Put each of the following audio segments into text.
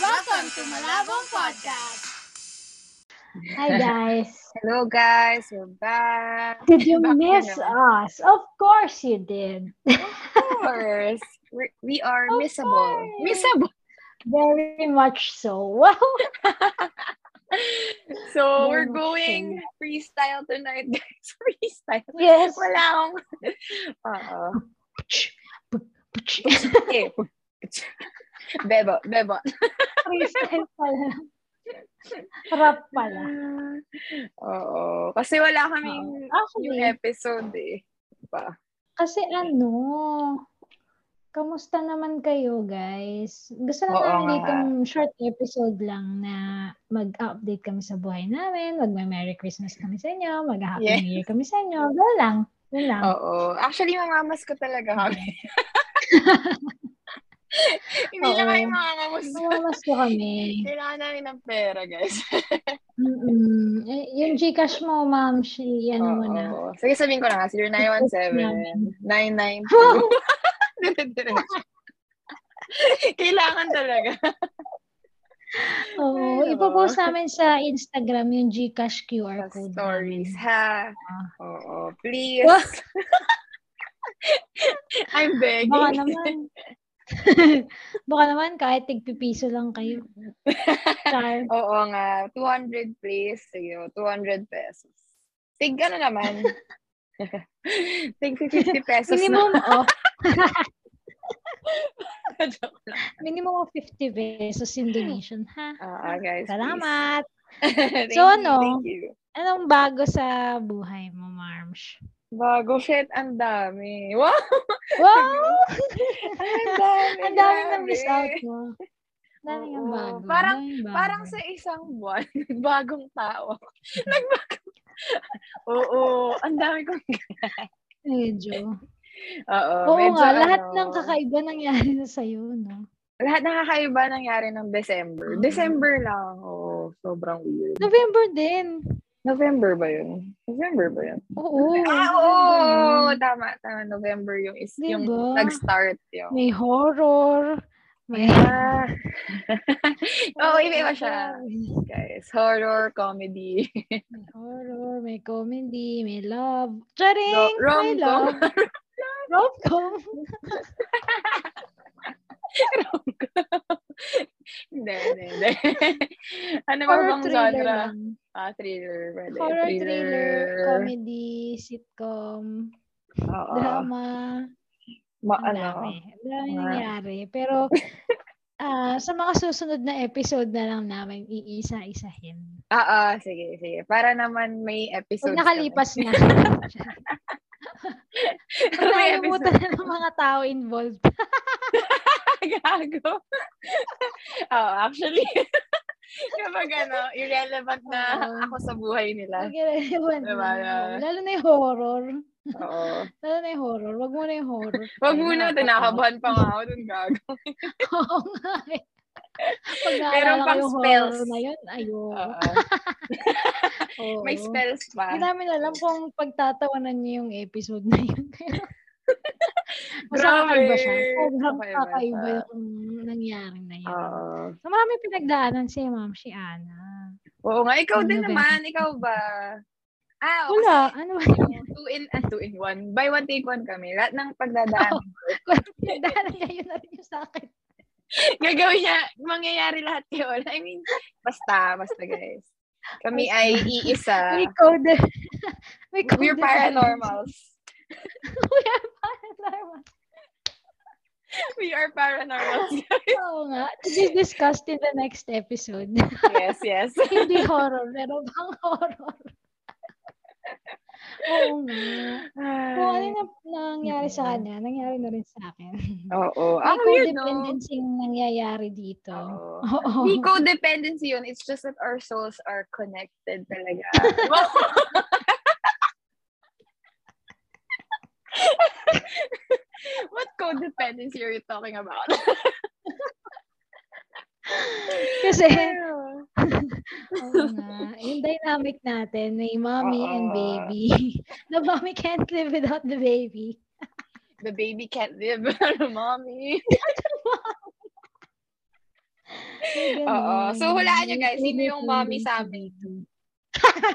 Welcome to Malabong Podcast! Hi guys. Hello guys, we're back. Did you Back to miss normal. us? Of course you did. Of course. We're, we are Of missable. course. Missable. Very much so. Wow. So we're Missable. going freestyle tonight, guys. Freestyle. Yes. Wala akong... Oo. Okay. Bebo, bebo. Freestyle pala. Rap pala. Oo. Kasi wala kaming Oo. new Actually, episode eh. Pa. kasi ano, kamusta naman kayo guys? Gusto Oo naman nga. ditong short episode lang na mag-update kami sa buhay namin, mag-Merry Christmas kami sa inyo, mag-Happy Yes. Oh. New Year kami sa inyo. Gano'n lang. Gano'n lang. Oo. Actually, mamamas ko talaga kami. Hindi lang Oo. kayo mamamas. Mamamas ko kami. Kailangan namin ng pera, guys. Mm-mm. Eh, Yung Gcash mo, ma'am, she, ano mo na. Oo. Sige, sabihin ko na nga. 0917 992 Kailangan talaga. Oo, Ay, ipopost namin sa Instagram yung Gcash QR Sa code. stories, namin. ha? Oo. Please. Ah. Wah! I'm Baka begging. naman. Baka naman, kahit tigpipiso lang kayo. Char. Oo nga. 200, please. Sige, 200 pesos. Tig, ano naman? Tig 50 pesos na. Minimum, oh, Joke lang. minimum of 50 pesos yung donation, ha? Oo, guys. please. Salamat! Thank So, you, ano? Thank you. Anong bago sa buhay mo, Marms? Bago shit, ang dami. Wow! Wow! Ang dami. Ang dami na grabe. miss out mo. Ang dami ng Oo, bago. parang- ang daming bago. Parang sa isang buwan, bagong tao. Nagbagong. Oo, ang dami kong... Medyo. Oo, Oo medyo nga, lahat ano, ng kakaiba nangyari na sa'yo, no? Lahat ng kakaiba nangyari ng December. Oo. December lang. Oo, sobrang weird. November din. November ba yun? November ba yun? Oo. ah, November oo! yun. Tama, tama. November yung is yung Diba? nag-start yun. May horror. May... Ah. oo, iba-iba siya. Guys, horror, comedy. May horror, may comedy, may love. Charing! Ro- may rom-com. love. Rom-com. Hindi, hindi, hindi. ano ba Horror bang thriller genre? lang. Ah, thriller. Pwede. Horror thriller, comedy, sitcom, Oo. drama. Ma- Ang Ah. ano? dami. Ang dami mga- nangyari. Pero ah, sa mga susunod na episode na lang namin, iisa-isahin. Ah, ah, sige, sige. Para naman may episode. Pag nakalipas na. Pag May nakalimutan na ng mga tao involved. Gago. Oo, actually. kapag ano, irrelevant na Oo. ako sa buhay nila. Pag irrelevant Diba, na. na- Lalo na yung horror. Oo. Lalo na yung horror. Wag muna yung horror. Wag Ay, muna, nakakatawa. tinakabahan pa nga ako dun, gago. Oo nga eh. Pag Meron naalala ko pang yung spells. horror na yun, ayun. Oo. Oo. May spells Hindi pa. namin alam kung pagtatawanan niyo yung episode na yun. Masama Grabe. kakaiba siya. Sobrang Kakaiba kakaiba siya. Ah. yung nangyari na yun. Oo. So, marami pinagdaanan si Ma'am si Ana. Oo nga, ikaw Ano din ba? naman. Ikaw ba? Ah, oo, Wala, ano ba yun? two in ah, two in one. Buy one take one kami. Lahat ng pagdadaan. Pinagdaanan niya yun na rin yung sakit. Gagawin niya, mangyayari lahat yun. I mean, basta, basta guys. Kami Basta. ay iisa. May code. May code. We're paranormals. We are paranormal. We are paranormals. Oo nga. To be discussed in the next episode. yes, yes. Hindi horror, pero pang horror. Oo nga. Kung ano Ay, na nangyari Mm. sa kanya, nangyari na rin sa akin. Oo. May Ang weird, no? codependency yung nangyayari dito. Oo. Oo. Hindi codependency yun. It's just that our souls are connected talaga. Wow. What codependency are you talking about? Kasi, oo nga, yung dynamic natin, may mommy and Oo. baby. the mommy can't live without the baby. The baby can't live without a mommy. Yung ganun. Oo. So, hulaan niyo, guys. Sino Favorite yung mommy movie sa si amin? Vito?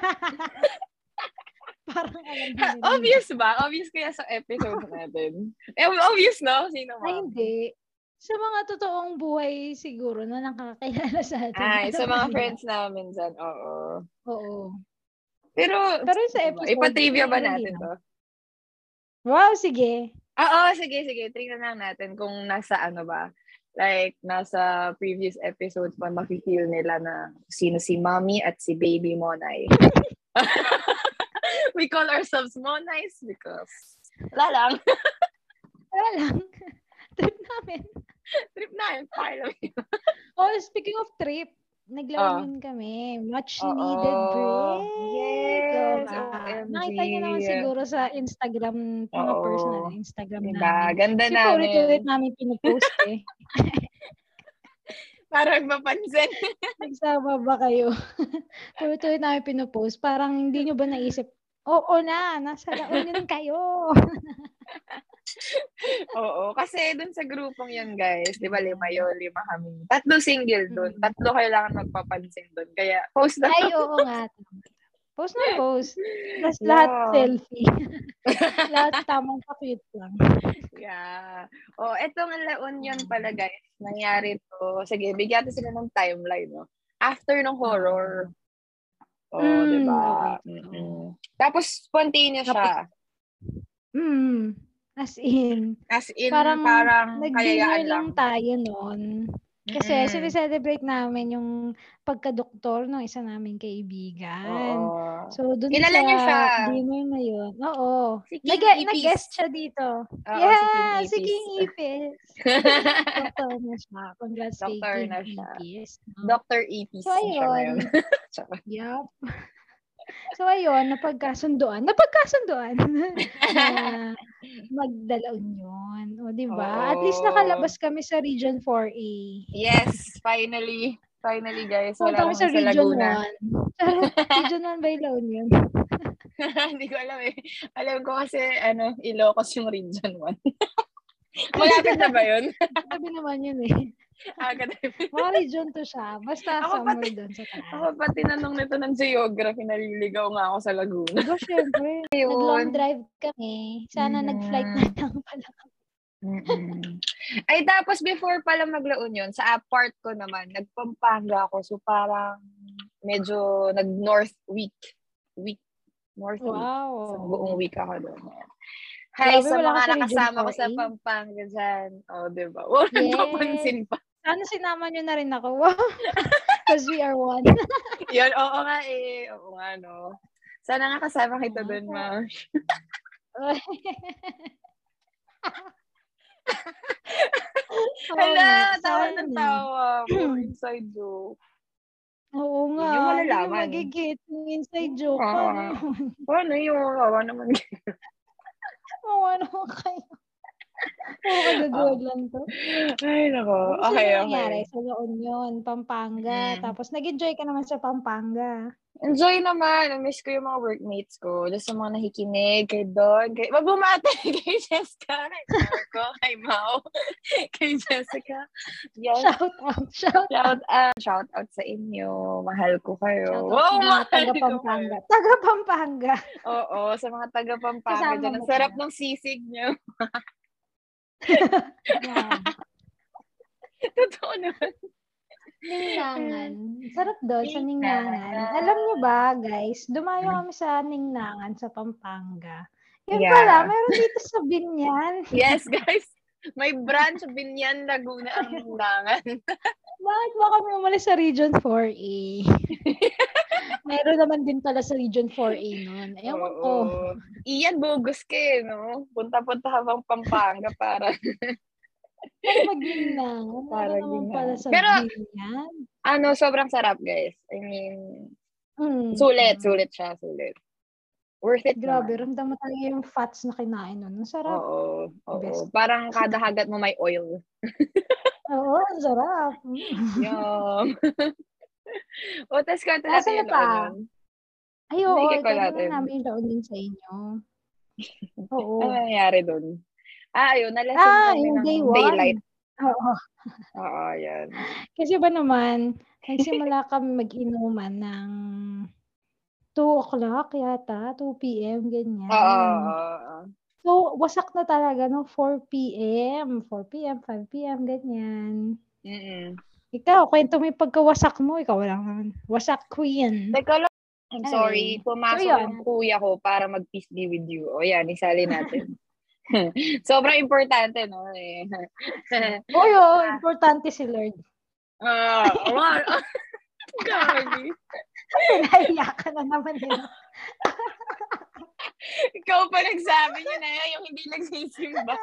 Parang alam ko na rin. obvious ba? Obvious kaya sa episode natin. Eh, obvious, no? Sino Ay, mo? hindi. Sa mga totoong buhay siguro na nakakakilala sa atin. Ay, sa mga Alam nila. friends namin dyan, oo. Oo. Pero, Pero sa episode. ipa-trivia ba hindi natin na. to? Wow, sige. Oo, Ah, oh, sige, sige. Tingnan lang natin kung nasa ano ba. Like, nasa previous episodes pa makikil nila na sino si mommy at si baby Monay. We call ourselves Monays because wala lang. Wala lang. trip namin. Trip na yun. Fire lang yun. Oh, speaking of trip, Ah. naglawan yun kami. Much Oo. needed break. Yes, Diba? OMG. Nakita niyo naman siguro sa Instagram, mga Oo. personal na Instagram Diba? namin. Ganda Kasi namin. paulit-ulit namin pinipost eh. Parang mapansin. Nagsama ba kayo? Paulit-ulit namin pinopost. Parang hindi nyo ba naisip, oo na, nasa launin kayo. Oo, kasi dun sa grupong yun, guys, di ba lima yun, lima kami. Tatlo single dun. Mm. Tatlo kailangan magpapansin dun. Kaya, post na. Ay, oo nga. tama. Post na post. Tapos lahat Yeah. selfie. lahat tamang pa-tweet lang. Yeah. Oh, O, eto nga La Union pala, guys. Nangyari to. Sige, bigyan natin sila ng timeline, no? After ng horror. Oo, Mm, di ba? okay. Mm-mm. Tapos, spontaneous siya. Mm. As in, As in, parang, Parang parang nag-dinner kayayaan lang. lang tayo noon. Kasi Mm-mm. sineselebrate namin yung pagka-doktor ng isa naming kaibigan. Oo. So, dun Kilala sa niyo siya. dinner na yun. Oo. Si King Nag- Ipis. nag-guest siya dito. Oo, yeah, si Ipis. King Ipis. Doktor na siya. Congrats kay Doktor King na siya. Ipis. Oo. Dr. Ipis. So, siya ayun. ngayon. Tsaka. Yup. So, ayun, napagkasunduan. Napagkasunduan na magdalaon yun. O, di ba? At least Oo. nakalabas kami sa Region 4A. Yes, finally. Finally, guys. Wala Punta kami kami sa sa Region Laguna. 1. Charot, Region 1 by La Union. Hindi ko alam eh. Alam ko kasi, ano, Ilocos yung Region 1. Malapit na ba yun? Ah, Sabi naman yun eh. Agad. Mga Region 2 siya. Basta Ako somewhere doon sa taas. Ako pa tinanong nito ng geography, naliligaw nga ako sa Laguna. Diba, syempre. Nag-long drive kami. Sana Mhm. nag-flight na lang pala. Mm-mm. Ay, tapos before pala maglaon yun, sa apart ko naman, nagpampanga ako. So, parang medyo nag-north week. Week. North week. Wow. So, buong week ako doon. Hi Grabe, sa wala mga ka sa nakasama ko Region sa 4A. Pampanga dyan. O, oh, di ba? Walang Yes. papansin pa. Sana sinama nyo na rin ako. Wow. Because we are one. Yun, oo nga eh. Oo nga, no. Sana nga kasama kita Oo. doon, ma. Hala, tawa ng tawa. Puro inside joke. Oo Yun nga. yung Hindi nyo malalaman. magigit yung inside joke. Ano, Oo Paano nga. yun? Paano ano, yung awa naman? Mawa naman ano, kayo. Puro kagagawad lang to. Ay, nako. Ano Ah. Oh, Okay, sa'yo nangyari? okay. Sa La Union, Pampanga. Mm. Tapos nag-enjoy ka naman sa Pampanga. Enjoy naman. Namiss ko yung mga workmates ko. Doon sa mga nakikinig. Kay Don. Kay... Wag bumate. Kay Jessica. Kay Marco. kay Mau. kay Jessica. Yes. Shout out. Shout Shout out, shout out sa inyo. Mahal ko kayo. Shout Oh, wow, out sa mga mahal ko taga-Pampanga. kayo. Taga-Pampanga. Oo, sa mga taga-Pampanga Kasama dyan. mo Ang sarap ba? ng sisig niyo. Yan. Totoo naman. Ningnangan. Mm. Sarap doon sa Ningnangan. Ningnangan. Alam niyo ba, guys, dumayo Mm. kami sa Ningnangan sa Pampanga. Yun Yeah. pala, meron dito sa Binyan. Yes, guys. May branch Binyan Laguna ang nangan. Bakit ba kami umalis sa Region 4A? meron naman din pala sa Region 4A noon. Ewan ko. Iyan, bogus ka eh, no? Punta-punta habang Pampanga para. Pero mag-Ningnangan. Para Meron naman Ningnangan. pala sa Pero- Binyan. ano, sobrang sarap, guys. I mean, Mm. sulit, sulit siya, sulit. Worth it Grabe, naman. ramdam mo talaga yung fats na kinain nun. Ang sarap. Oo, oo. Best. Parang kada hagat mo may oil. Oo, ang sarap. Mm. Yum. o, tas kwento Nasa natin na yung pa? noon. Ay, oo. Hindi, Hindi ikaw natin. namin yung taon din sa inyo. Oo. Ano nangyari doon? Ah, ayun. Nalasing ah, kami yung ng day one. Mm. daylight. Oo. Oo, yan. Kasi ba naman, nagsimula kami mag-inuman ng 2 o'clock yata, 2 p.m., ganyan. Oo, oo, oo. So, wasak na talaga, no? 4 p.m., 4 p.m., 5 p.m., ganyan. Mm-mm. Ikaw, kwento mo yung pagkawasak mo. Ikaw lang naman. Wasak queen. Teka lang. I'm Ay. ah. sorry. Pumasok So, yun. ang kuya ko para mag-peace be with you. O yan, isali natin. Sobrang importante, no? Eh. Uy, oh, importante si Lord. Ah, wow. Gabi. Nahiya ka na naman eh, yun. Ikaw pa nagsabi niya na yun, yung hindi nagsisimba.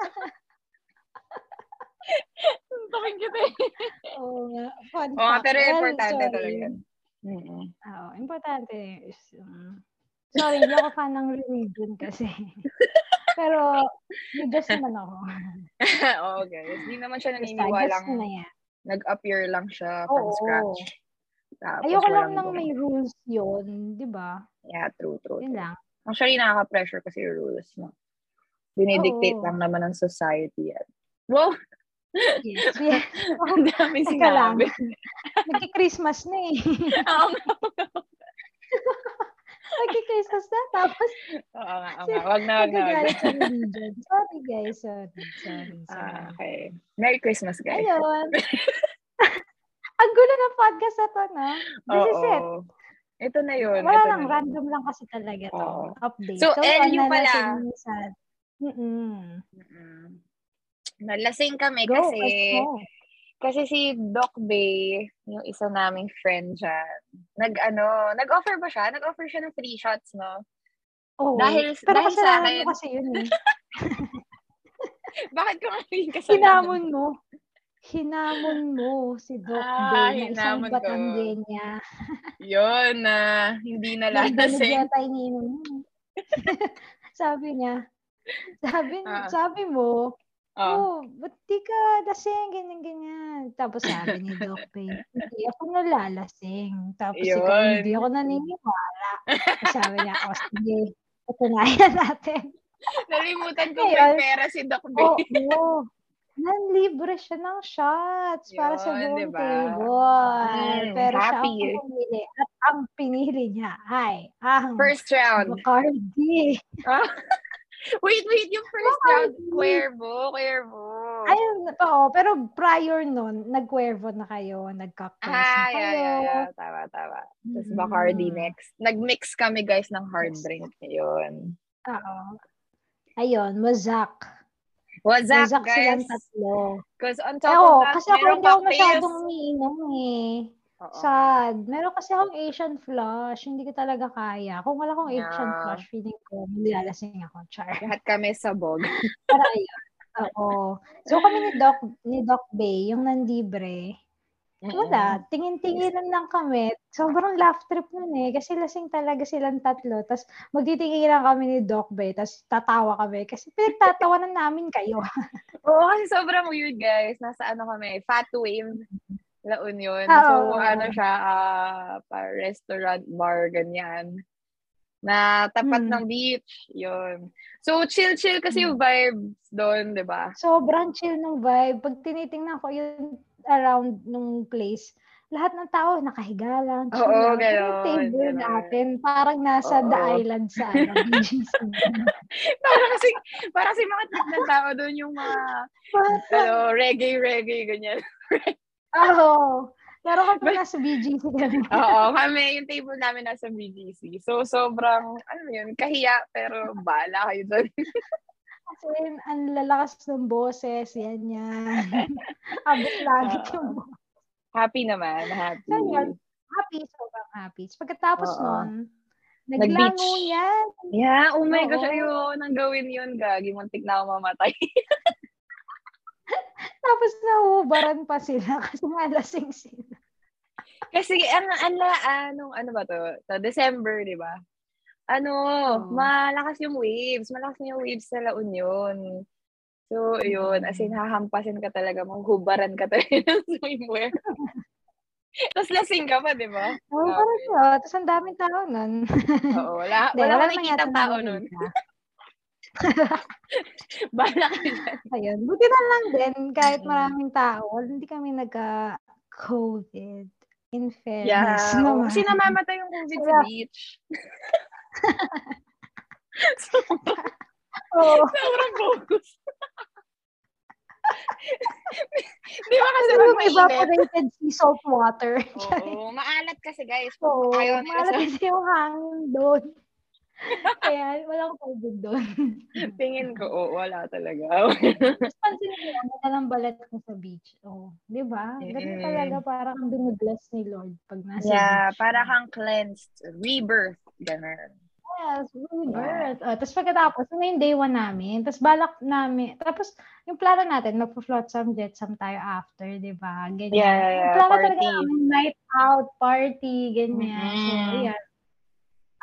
Bakit kita eh. Oo nga. Fun Oo, fact. pero Well, importante sorry. talaga yun. Mm-mm. Oo, importante. is, um, sorry, hindi ako fan ng religion kasi. pero, Judas naman ako. okay. Oh, Hindi naman siya Basta, Judas na naniniwalang yan. nag-appear lang siya from Oo. scratch. Tapos Ayoko lang walang nang gumawa. may rules yun, di ba? Yeah, true, true. Yun true. lang. Actually, nakaka-pressure kasi yung rules mo. Dinidictate Oo. lang naman ng society yan. Wow! Yes. yes. Ang dami Teka lang. sinabi. Nagki-Christmas na eh. Oo nga, Nagki-Christmas na. Tapos, oo nga, oo nga. Wag na, wag na, wag na. nagagalit sa religion. Sorry guys. Sorry. Sorry. Ah, sorry. okay. Merry Christmas, guys. Ayun. Ang gulo ng podcast na to, no? This is it. Oo. Ito na yun. Wala ito lang, na yun. random lang kasi talaga to. Oo. Update. So, LU ano na pala. si Lisa? Mm-mm. Mm. Nalasing kami Eh, Go, kasi first mo. kasi si Doc Bay, yung isa naming friend dyan, nag ano, nag-offer ba siya? Nag-offer siya ng free shots, no? Oo. dahil- Oh, Pero dahil sa kasalanan akin- mo kasi yun eh. Bakit ko kasi kasalanan? Hinamon mo. Hinamon mo si Doc Ah, Day na isang hinamon ko. Batanggenya. Yun na, hindi nalasing. Nagbanag tayo ni Ninong. sabi niya, sabi, Ah. sabi mo, Oh. oh, ba't di ka lasing, ganyan, ganyan. Tapos sabi ni Doc Pay, hindi ako nalalasing. Tapos ikaw, Yun. hindi ako naniniwala. Tapos sabi niya, oh, sige, patunayan natin. Nalimutan ko may Ayun. pera si Doc Bay. Oo, oh, nanlibre siya ng shots para Yun, sa buong diba? table. Mm, Pero siya ang happy eh. pumili. At ang pinili niya ay ang First round. Bacardi. Wait, wait, yung first Bakit? round. Cuervo, Cuervo. Ayun, oo. Pero prior nun, nag-cuervo na kayo, nag-cocktails na Ah, yeah, kayo. yeah, yeah. Tama, tama. Tapos Mhm. Bacardi next. Nag-mix kami guys ng hard Yes. drink. Yun. Oo. Ayun, mazak. What's up, mazak guys? silang tatlo. Because on Eh, top oo, of that, kasi ako merong hindi ako cocktails. masyadong umiinom eh. Oo. Sad. Meron kasi akong Asian flush. Hindi ko talaga kaya. Kung wala akong Asian Yeah. flush, feeling ko, nilalasing ako. Char. Lahat kami sabog. Para ayun. Oo. So kami ni Doc, ni Doc Bay, yung nandibre, Wala. Tingin-tinginan lang kami. Sobrang laugh trip nun eh. Kasi lasing talaga silang tatlo. Tapos magtitinginan kami ni Doc Bay. Tapos tatawa kami. Kasi pinagtatawanan namin kayo. Oo, kasi sobrang weird, guys. Nasa ano kami, Fat Wave, La Union. So, Oo. ano siya, ah, pa restaurant, bar, ganyan. Na tapat Hmm. ng beach, yun. So, chill-chill kasi yung vibes doon, di ba? Sobrang chill nung vibe. Pag tinitingnan ko yung around nung place, lahat ng tao nakahiga lang. chill Oo, lang. Yung ganon, table ganon. natin, parang nasa Oo. the island sa ano, BGC. Para kasi, para kasi mga trip ng tao doon yung mga, ano, reggae-reggae, ganyan. Oo. Pero kapag But- nasa BGC kami. Oo, kami, yung table namin nasa BGC. So, sobrang, ano yun, kahiya, pero bahala kayo doon. Kasi yun, ang lalakas ng boses, yan yan. Abot langit yung boses. Happy naman, happy. So, yun. Happy, sobrang happy. So, Pagkatapos Oo. nun, Nag-beach. naglango yan. Yeah, oh my Oo. gosh, ayoko nang gawin yun, Gagi. Muntik na ako mamatay. Tapos nahubaran pa sila kasi nga lasing sila. Kasi, ano, ano, anong, ano ba to? Sa December, di ba? Ano, Oo. malakas yung waves. Malakas na yung waves sa La Union. So, yun. As in, hahampasin ka talaga. Manghubaran ka talaga ng swimwear. Tapos lasing ka pa, di ba? Nahubaran nyo. Tapos ang daming tao nun. Oo, wala, Hindi, wala ka naman nakikita yata tao nakikita. nun. Bala ka dyan. Ayun. Buti na lang din, kahit maraming tao, hindi kami nagka-COVID. In Yeah. fairness oo. naman. Kasi namamatay yung COVID sa Wala. beach. Oo. Sobrang bogus. Di ba kasi Kasi pag yung mainit? evaporated sea salt water. Oo, maalat kasi guys. Oo. Ayaw nila Malat sa- kasi yung hangin doon. Kaya walang COVID doon. Tingin ko, oo, wala talaga. Tapos pansin mo lang, madalang balat ko sa beach. Oh, di ba? Ganun Mm-mm. talaga, parang ang biniglas ni Lord pag nasa yeah, beach. para kang cleansed, rebirth, ganun. Yes, rebirth. Oh, tapos pagkatapos, yun na yung day one namin. Tapos balak namin. Tapos yung plano natin, magpo-float some jet some tayo after, di ba? Ganyan. Yeah, yeah, yeah, Yung plano party. talaga namin, night out, party, ganyan. So, Mhm. yeah.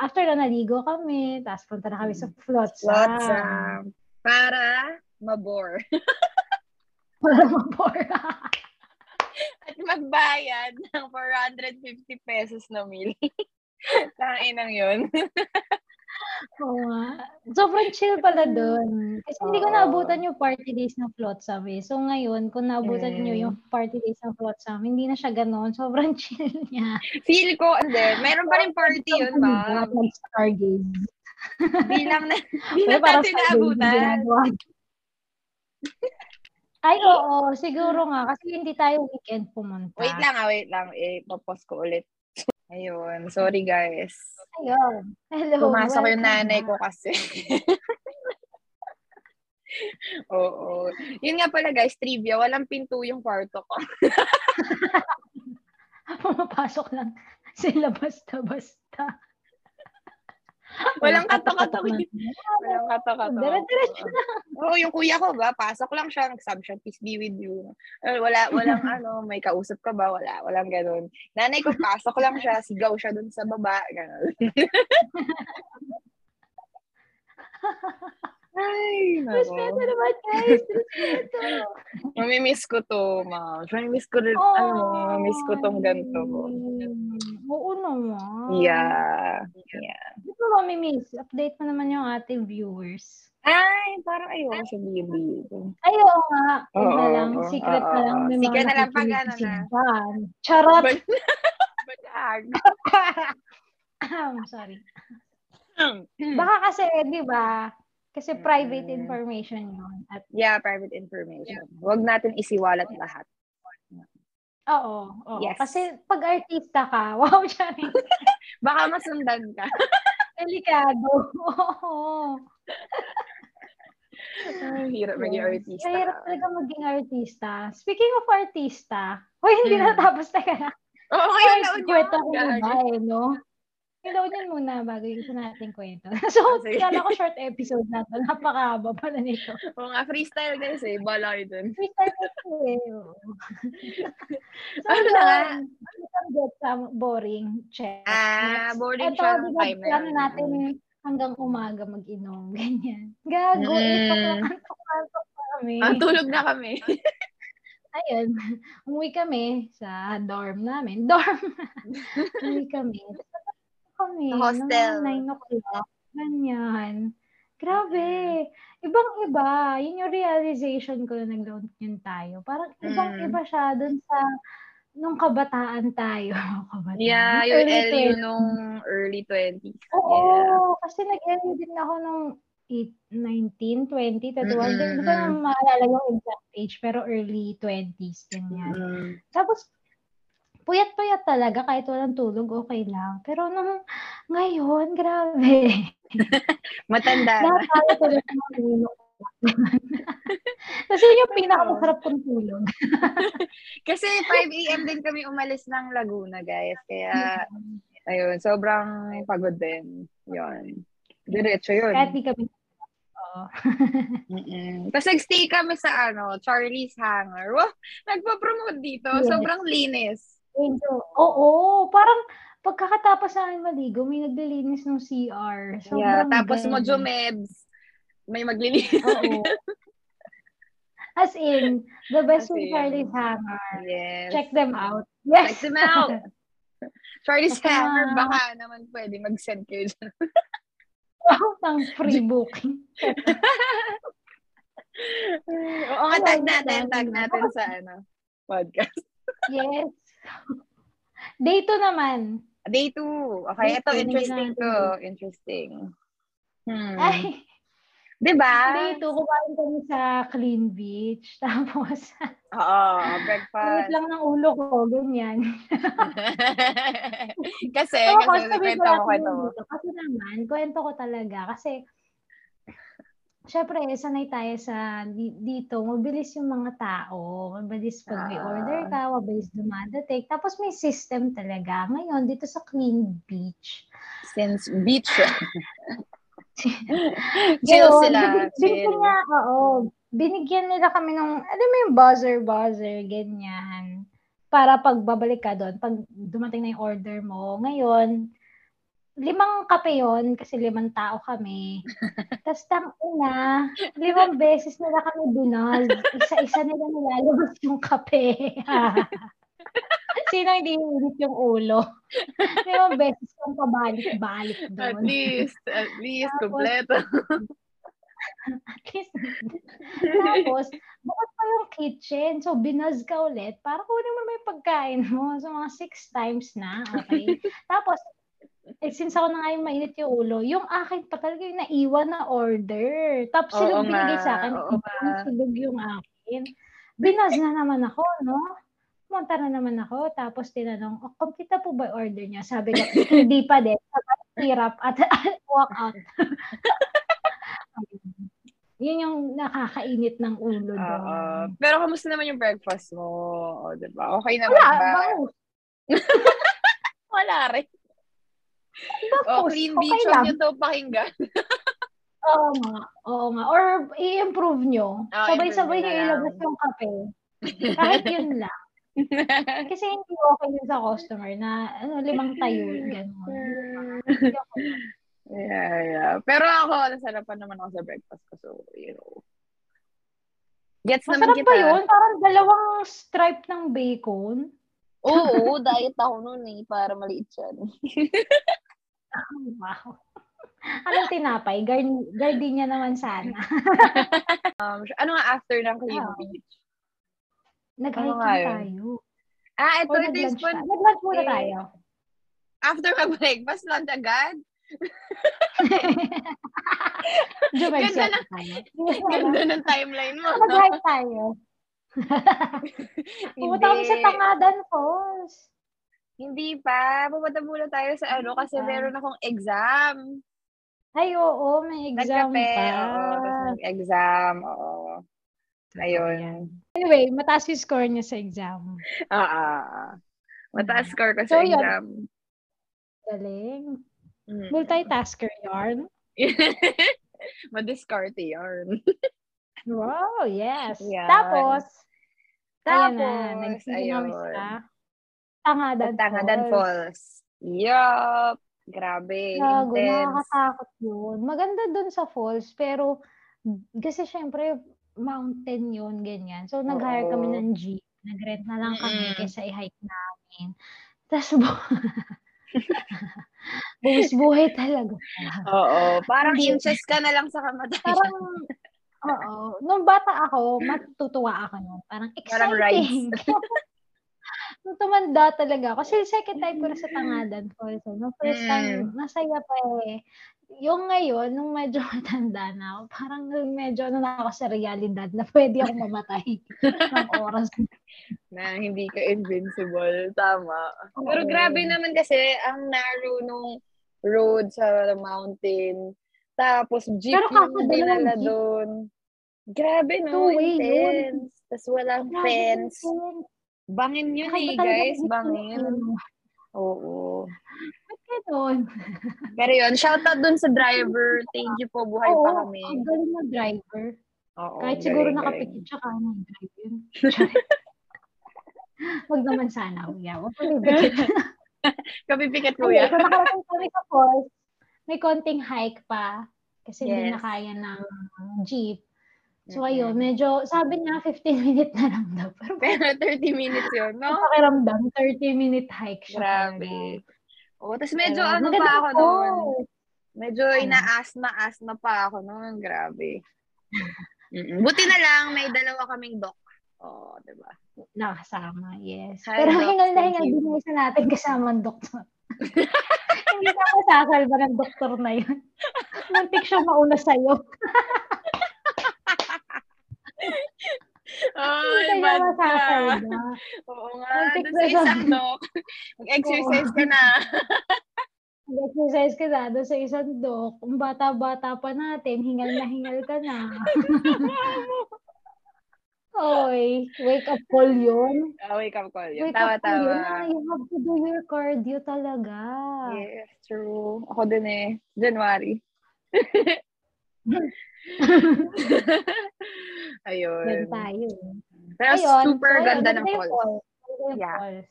After na, naligo kami. Tapos punta na kami sa flotsam. Lots of, um, para mabore. Wala mabora. At magbayad ng 450 pesos na meal. Tanginang yun. Oo nga. Sobrang chill pala doon. Kasi hindi ko Mm. Oo. naabutan yung party days ng Flotsam eh. So ngayon, kung naabutan nyo Mm. yung party days ng Flotsam, hindi na siya ganoon. Sobrang chill niya. Feel ko, and then, meron pa rin party yun, ma. Mag-stargaze. Bilang na, Pero bilang parang natin stargaze yung naabutan. ginagawa. Ay, oo. Siguro nga. Kasi hindi tayo weekend pumunta. Wait lang ah, wait lang. Eh, papos ko ulit. Ayun, sorry guys. Ayun. Hello. Pumasok yung welcome nanay back. ko kasi. Oo. Yun nga pala guys, trivia, walang pinto yung kwarto ko. Pumapasok lang sila basta-basta. Walang katok-katok. Walang Walang kato-kato. Dire-diretso na. Oo, yung kuya ko ba, pasok lang siya, nag-sub siya, peace be with you. Eh, Wala, walang ano, may kausap ka ba? Wala, walang ganun. Nanay ko, pasok lang siya, sigaw siya dun sa baba, ganun. Ay, nako. Respeto naman, guys. Respeto. Mamimiss ko to, ma. Mamimiss ko rin, Oh. ano, mamimiss ko tong ganito. Mm, Oo naman. Yeah. yeah. Di ba mamimiss? Update mo naman yung ating viewers. Ay, parang ayaw ko sabihin dito. Ay, oo nga. Oo, Huwag na lang. oo, Secret oo, na lang. oo. May mga Secret na lang pag ano nakikinig kasi na. dyan. Charot. But, but, ag. Ahem, Sorry. Baka kasi, di ba? Kasi private Mm. information yun. At, Yeah, private information. Huwag natin isiwalat lahat. oo. oo. Yes. Kasi pag artista ka, wow, Shari. Baka masundan ka. Delikado. Oo. Ang hirap maging Yes. artista. Mahirap talaga maging artista. Speaking of artista, hoy, hindi Mm. natapos na ka na. Oo, oh, Ay, kayo na kwento ko Gagi. muna eh, no? Ilaw niyan muna bago yung isa nating kwento. so, Ah, sige. kala ko short episode na to. Napakahaba pala nito. Oo nga, freestyle guys eh. Bala kayo dun. Free time ito eh. oo. so, Ano na nga? yun, isang joke sa boring check. Ah, Next. boring Mm. Eto, siya ng diba, time na plano yun. natin hanggang umaga mag-inom. Ganyan. Gago, Mm. mm. antok-antok pa kami. Ang tulog na kami. ayun, umuwi kami sa dorm namin. Dorm! umuwi kami. kami. Sa hostel. Nung 9 o'clock. Ganyan. Grabe. Ibang-iba. Yun yung realization ko na nag-loan tayo. Parang Mm. ibang-iba siya dun sa nung kabataan tayo. kabataan. yeah, yung Early LU 20s. nung early 20s. Oo. Yeah. Kasi nag-LU din ako nung 8, 19, 20, Mm, 21. Hindi mm, ko na maalala yung exact age, pero early 20s, ganyan. Mm. Tapos, puyat-puyat talaga kahit walang tulog, okay lang. Pero nung ngayon, grabe. Matanda na. Lahat tayo tulog ng tulog. Kasi yun yung pinakamasarap kong tulog. Kasi 5 a.m. din kami umalis ng Laguna, guys. Kaya, ayun, sobrang pagod din. Yun. Diretso yun. Kahit di kami Oo. Mm-mm. Tapos nag-stay kami sa ano, Charlie's Hangar. Wow, nagpa-promote dito. Yes. Sobrang linis. Medyo, oo, parang pagkakatapos namin maligo, may naglilinis ng yeah, CR. Sobrang tapos galing. mo Mebs. May maglilinis. Oo. As in, the As best with in. Charlie's Hammer. Yes. Check them out. Yes. Check them out. Charlie's Check them Hammer, out. baka naman pwede mag-send kayo dyan. ng free booking. Oo nga, tag natin, tag natin sa ano, podcast. Yes. Day 2 naman. Day 2. Okay, Day ito two, hindi interesting natin. to. Interesting. Hmm. Ay, diba? day 2, kumain kami sa Clean Beach. Tapos, Ah. Oo, init breakfast. lang ng ulo ko, ganyan. kasi, So, ako, kasi, sabi ko Eh, kwento mo, lang kwento mo. dito. Kasi naman, kwento ko talaga. Kasi, syempre, sanay tayo sa di- dito. Mabilis yung mga tao. Mabilis pag may Ah. order ka, mabilis dumadating. Tapos may system talaga. Ngayon, dito sa Clean Beach. Since beach. chill Ngayon, sila. Chill. binig- Binigyan niya, oo. Binigyan nila kami ng, alam mo yung buzzer-buzzer, ganyan. Para pag babalik ka doon, pag dumating na yung order mo, ngayon, limang kape yon kasi limang tao kami. Tapos tang ina, limang beses nila kami binald. Isa-isa nila nilalabas yung kape. Sino hindi init yung ulo? limang beses kang pabalik-balik At doon. least, at least, Tapos, kompleto. At least, Tapos, bukod pa yung kitchen. So, binuzz ka ulit para kunin mo may pagkain mo. So, mga six times na. Okay? Tapos, eh, since ako na nga yung mainit yung ulo, yung akin pa talaga yung naiwan na order. Oo Tapos, silog nga, binigay sa akin. oo nga. ibang Silog yung akin. Binuzz na naman ako, no? Pumunta na naman ako. Tapos, tinanong, oh, complete na po ba yung order niya? Sabi ko, hindi pa din. Hirap at walk out. Yun yung nakakainit ng ulo doon. Oo. Pero kamusta naman yung breakfast mo? O, diba? Okay naman Wala, ba? bangus. Wala rin. O, Bangus. clean Oh, okay beach. Huwag lang. nyo to pakinggan. Oo nga. Oo nga. Or i-improve nyo. Oo, Sabay-sabay nyo Ah, improve nyo na ilabas lang. yung kape. Kahit yun lang. Kasi hindi okay yun sa customer na ano, limang tayo. Hmm. Ganun. Hindi okay. yeah, yeah. Pero ako, nasarapan naman ako sa breakfast ko. So, you know. Gets naman Masarap kita. ba yun? Parang dalawang stripe ng bacon. Oo, diet ako noon eh, para maliit yan. Oh, wow. Anong tinapay? Gard- gardenia naman sana. Um, ano nga after ng clean Ah. beach? Nag-hiking nga yun? tayo. Ah, ito, Or ito is nag-lunch fun. tayo. Nag-lunch muna Eh, tayo. After mag-breakfast, lunch agad. Jumel Ganda siya tayo. Ganda ng timeline mo. no? Mag-hike tayo. Pumunta kami sa Hindi. Tangadan Falls. Hindi pa. Pupunta muna tayo sa ano kasi pa. meron akong exam. Ay, oo, may exam Nagkape. pa. Oo, tapos nag-exam. Oo. Ayun. Anyway, mataas yung score niya sa exam. Ah, ah, ah. Mataas score ko Mm. So, sa yun. exam. Galing. Mm. Multitasker yarn. Madiskarte yarn. Wow, yes. Yan. Tapos, ayan na, Tapos, nagsigil kami ayun. sa Tangadan, Tangadan Falls. Yup. Grabe. Gago, intense. nakakatakot yun. Maganda dun sa falls, pero kasi syempre, mountain yun, ganyan. So, nag-hire kami Oo. ng jeep. Nag-rent na lang kami Mm-mm. kaysa i-hike namin. Tapos, bu- buwis buhay talaga. Oo. Parang Hindi. inches ka na lang sa kamatayan. Parang, oo. Nung bata ako, matutuwa ako nun. Parang Parang rides. exciting. Nung tumanda talaga ako. Kasi second time ko na Mm. sa Tangadan Falls. eh. Nung first time, masaya pa eh. Yung ngayon, nung medyo matanda na ako, parang medyo ano na ako sa realidad na pwede ako mamatay ng oras. na hindi ka invincible. Tama. Oo. Pero grabe naman kasi ang narrow nung road sa mountain. Tapos jeep yung Pero kakadalawang dinala jeep. doon. Grabe no, Two-way yun. intense. Tapos walang Grabe, fence. yun. Bangin yun Kakaiba eh, talaga guys. dito. Bangin. Oo. Ba't ganun? Pero yun, shoutout dun sa driver. Thank you po, buhay Oo, pa kami. ang galing na driver. Oo, Kahit Oh, siguro galing, nakapikit siya, kaya nang drive yun. Huwag naman sana, kuya. Huwag mo galing. libigit. Kapipikit ko Kuya, yan. kung nakarating kami sa falls, may konting hike pa. Kasi hindi Yes. Mm-hmm. na kaya ng jeep. So, Mm-mm. ayun, medyo, sabi niya, 15 minute na lang daw. Pero Pero 30 minutes yun, no? pakiramdam, 30 minute hike siya. Oh. Grabe. Oo, tapos medyo Ayun, ano maganda pa ako noon. course. Medyo inaasma-asma pa ako noon. Grabe. Mm-mm. Buti na lang, may dalawa kaming doc. Oo, oh, diba? Nakasama, yes. Hi, Pero Doc. hingal na Thank hingal you. din yung isa natin kasama ang doktor. Hindi na ako sasalba ng doktor na yun. Muntik siya mauna sa'yo. Ay, Hindi ka niya masasalba. Oo nga, Muntik doon na sa siya. isang doc. Mag-exercise ka na. Nag-exercise ka na doon sa isang dok. Ang bata-bata pa natin, hingal na hingal ka na. Oy, wake up call yun. Ah, wake up call yun. Wake Tawa, up call yun. tawa. na You have to do your cardio talaga. Ah, Yes, true. Ako din eh. January. Yun Ayun. tayo. Pero Ayun, super so, ganda ayun, ng maganda yung call. calls. Maganda yung Yeah. calls.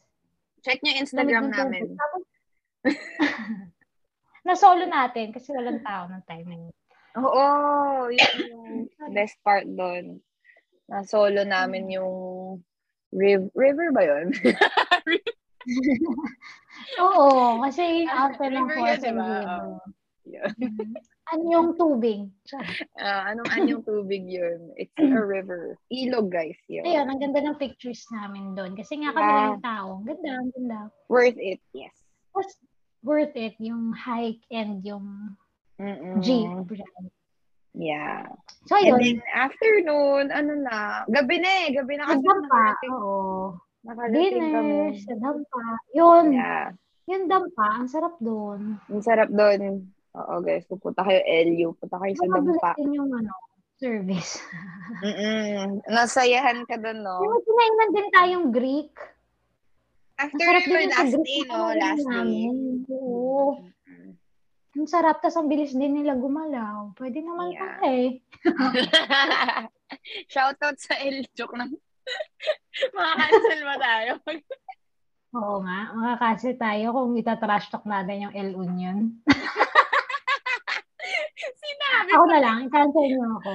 Check nyo Instagram Maganda yung namin. calls. Tapos, na-solo natin kasi walang tao ng timing. Oo, yun yung best part doon. Na solo namin yung riv- river ba yun? Oo, kasi yung after ng River yun, calls, diba? hindi Oo. mo. Yun. Mhm. Ano yung tubig? Ah, anong anyong tubig yun? It's a river. Ilog, guys. Yun. Ayun, ang ganda ng pictures namin doon. Kasi nga kami Yeah. lang yung tao. Ang ganda, ang ganda. Worth it. Yes. Mas worth it yung hike and yung Mm-mm. jeep. ride. Yeah. So, Mm. And ayun. then, afternoon, ano na, gabi na eh. Gabi na Sa kasi dampa. nakarating- Oo. nakarating kami. Dinner. Sa dampa. Yun. Yeah. Yung dampa. Ang sarap doon. Ang sarap doon. Oo, guys. Pupunta kayo LU. Punta kayo sa Dampa. Mabulatin yung ano, service. Mm-mm. Nasayahan ka doon, no? Yung kinainan din tayong Greek. Ang After sarap your din yung sa last Greek. day, no? na kinain oh, Last day. namin. Oo. Mm-mm. Ang sarap, tas ang bilis din nila gumalaw. Pwede naman Yeah. pala eh. Shoutout sa L. Joke lang. Makakancel ba tayo? Oo nga, makakasya tayo kung itatrash talk natin yung El Union. Sinabi. Ako na lang, cancel niyo ako.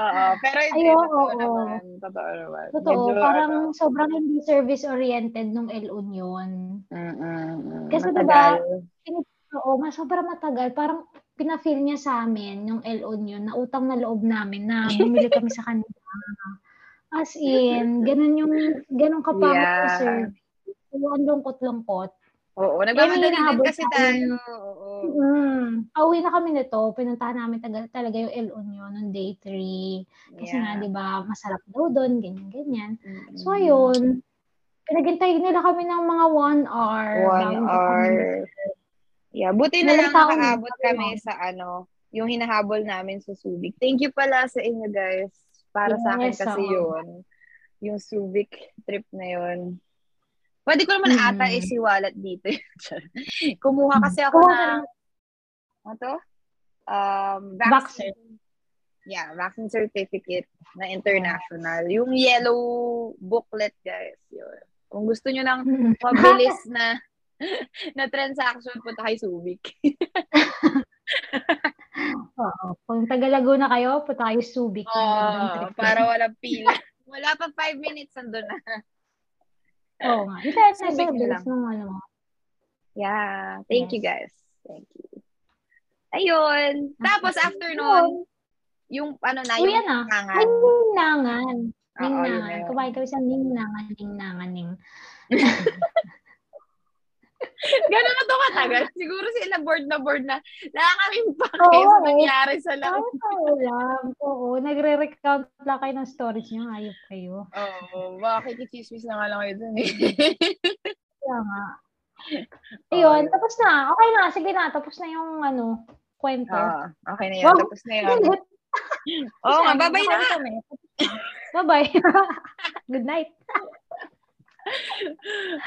Oo, pero hindi. Ay, oo, totoo oo. naman. Totoo naman. Totoo, Medyo, parang ano, sobrang hindi service-oriented nung El Union. Mm-mm. Kasi diba, Matagal. Oo, mas sobrang matagal. Parang pinafeel niya sa amin yung El Union na utang na loob namin na bumili kami sa kanila. As in, ganun yung, ganun kapangit yeah. Yeah. service. So, ang lungkot-lungkot. Oo, nagmamadali Kaya may din inaabot kasi sa akin. tayo. Oo. Mm. Pauwi na kami nito, pinuntahan namin taga, talaga yung El Union noong day 3. Kasi nga, Yeah. Mm. di ba, masarap daw doon, ganyan-ganyan. Mm-mm. So, ayun, pinagintay nila kami ng mga one hour. One bago hour. kami- Yeah, buti na lang Walang taong nakaabot nagsabi kami lang. sa ano, yung hinahabol namin sa Subic. Thank you pala sa inyo guys. Para sa akin Yes, kasi oo. yun. Yung Subic trip na yun. Pwede ko naman Mm. ata isiwalat dito. Kumuha kasi ako Kuha ka ng, ano to? Um, Vaccine. vaccine. Yeah, vaccine certificate na international. Yung yellow booklet guys. Yun. Kung gusto nyo ng Mm. mabilis na na transaction punta kay Subic. Oo. Kung taga-Laguna kayo, punta kayo Subic. Ang gandang Oo, trip. para walang pila. Wala pa five minutes, nandun na. Oo nga. Hindi, sa Subic na Subic lang. nung ano. Yeah, thank you Yes. guys. Thank you. Ayun. Tapos after nun, yung ano na, yung Uy, yan ah. Ay, hangan. Oo, ninangan. yun na Ninangan. yun. Kumain kami sa eh. ninangan, ninangan, ning. Ganun na to katagal. Siguro sila board na board na. Wala kaming pake Oo, sa eh. nangyari sa lang. Tawag ka ulam. Oo, nagre-recount lang kayo ng stories niyo. Ayop kayo. Oo, baka kikichismis na nga lang kayo dun eh. Kaya nga. Oo, Ayun, yun. tapos na. Okay na, sige na. Tapos na yung ano, kwento. Oo, okay na yun. Wow. Tapos na yun. Galit. Oo, oh, babay na nga. Bye-bye. Good night.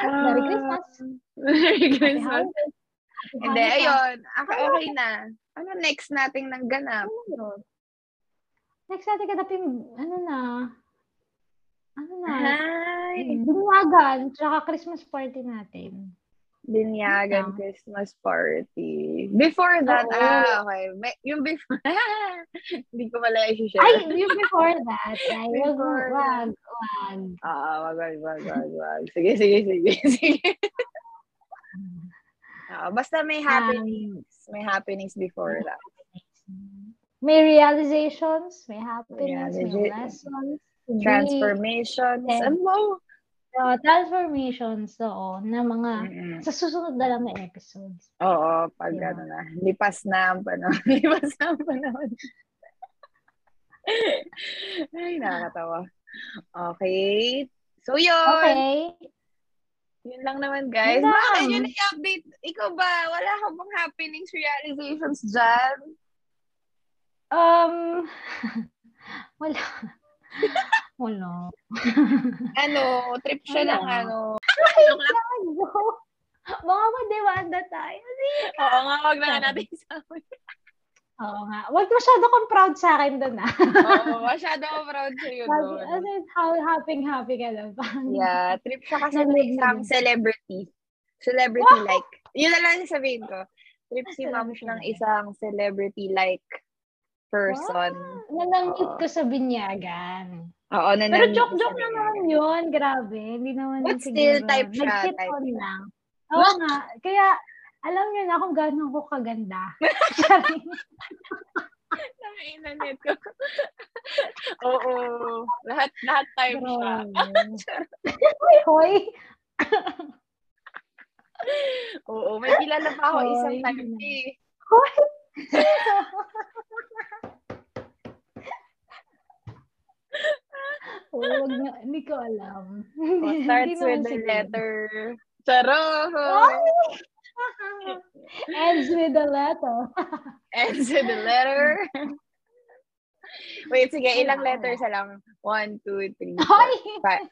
Ah. Merry Christmas. Merry Happy Christmas. holidays. Happy Hindi, Hanukkah. ayun. Ako okay na. Ano next nating nagganap? Ano yun? Next natin ganap yung, ano na, ano na, Hi! Dunyagan, tsaka Christmas party natin. Binyagan Ano? Christmas party. Before that, Oo. ah, okay. May, yung before, hindi ko pala i-share. Ay, yung before that. Ay, wag, Before wag, wag. Oo, Ah, wag, wag, wag, wag, wag. Sige, Ah, Ah. sige, sige, sige. Oo, basta may happiness. May happenings before that. Um, May realizations, may happiness, may Realiza- lessons. Transformations. Yes. Ano mo? Uh, transformations, oo, na mga Mm-mm. sa susunod na lang na episodes. Oo, pag Yeah. ano na. Lipas na ang panahon. Lipas na ang panahon. Ay, nakakatawa. Okay. So, yun. Okay. Yun lang naman, guys. Yun lang. Maka, yun na yung update. Ikaw ba? Wala ka bang happenings, realizations dyan? Um, wala. wala. Ano? Trip siya Wala. lang, ano? Joke lang. Mga madewanda tayo. Oo nga, wag na nga natin sa Oo nga. Huwag masyado kang proud sa akin doon ah. Oo, masyado ako proud sa'yo Sabi, doon. ano, how happy-happy ka lang. ano, Parang- Yeah, trip siya kasi Nanood like na some yun. celebrity. Celebrity like. Yun na lang yung sabihin ko. Trip si ma'am Celebrity ng like. isang celebrity like person. Na na-meet Ah, ko sa binyagan. Oo, na Pero joke-joke lang naman yun. Grabe. Hindi naman But yun still, type siya, Nag-hit type on siya. lang. Oo nga. Kaya, alam niyo na kung gano'n ko kaganda. Nakainanet ko. Oo. Lahat, lahat type siya. Hoy, hoy. Oo, may kilala pa ako isang Hoy. type eh. Hoy. Oh, wag na, hindi ko alam. Oh, Hindi- hindi starts naman with the siguro. letter. Charo! Ay! Ends with the letter. Ends with the letter. Wait, sige, ilang Wala, letters na lang? One, two, three, four, Hoy! five.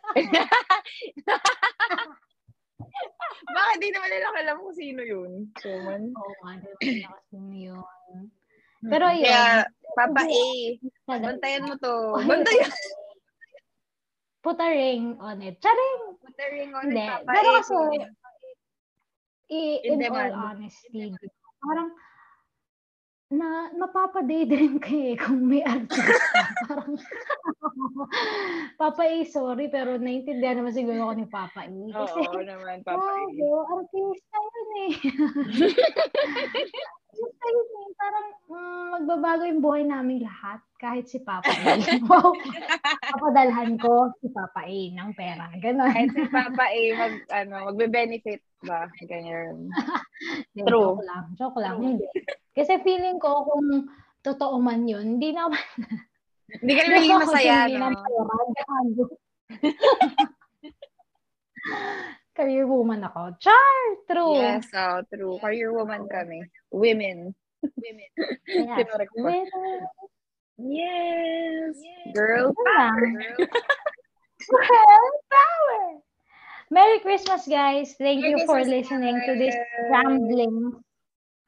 Baka di naman nila alam kung sino yun. So, man. Oo nga, di ba sino yun? Pero yun. Kaya, Papa A, Talaga. bantayan mo to. Ay, Bantayan Put a ring on it. Charing! mo to ring on Hindi. Papa Pero A. kasi, I, in Hindi all man. honesty, parang, na mapapaday-dream ka eh kung may artista. parang, Papa A, sorry, pero naiintindihan naman siguro ako ni Papa A. Kasi, Oo naman, Papa A. Oo, artista yun eh. artista yun eh. Parang mm, magbabago yung buhay namin lahat. Kahit si Papa A. wow. Papadalhan ko si Papa A ng pera. Ganon. Kahit si Papa A, mag, ano, magbe-benefit ba? Ganyan. Hindi, True. Joke lang. Joke lang. True. Hindi. Kasi feeling ko kung totoo man yun, hindi na Hindi ka nagiging masaya, no? Career woman ako. Char! True. Yes, oh, true. Career woman kami. Women. Women. Yes. Tinorek ko. Well, Yes. Girl Yun power. lang. Girl power. Merry Christmas, guys. Thank Merry you for Christmas, listening to this guys. rambling.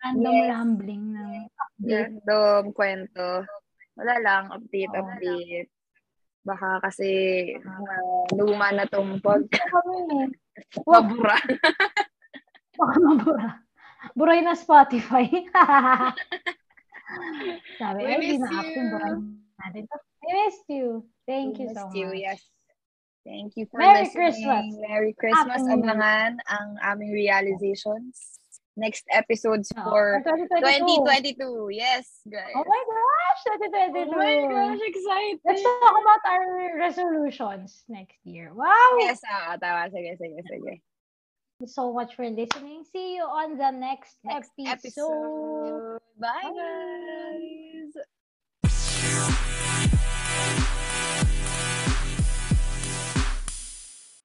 Random Yes. rambling na update. Random kwento. Wala lang. Update, Oo. update. Baka kasi uh, luma na tong pod. Kami eh. Wag Mabura. baka mabura. Buray na Spotify. Sabi, We eh, di miss na active. you. Buray natin. to. I missed you. Thank you so Bless much. yes. Thank you for Merry listening. Christmas. Merry Christmas. Happy New Year. Abangan ang aming realizations. Next episodes Oo, for 2022. 2022. Yes, guys. Oh my gosh, Oh 2022. my gosh, excited. Let's talk about our resolutions next year. Wow! Yes, ah, tama. Sige, sige, sige. you so much for listening. See you on the next, Next episode. episode. Bye, guys.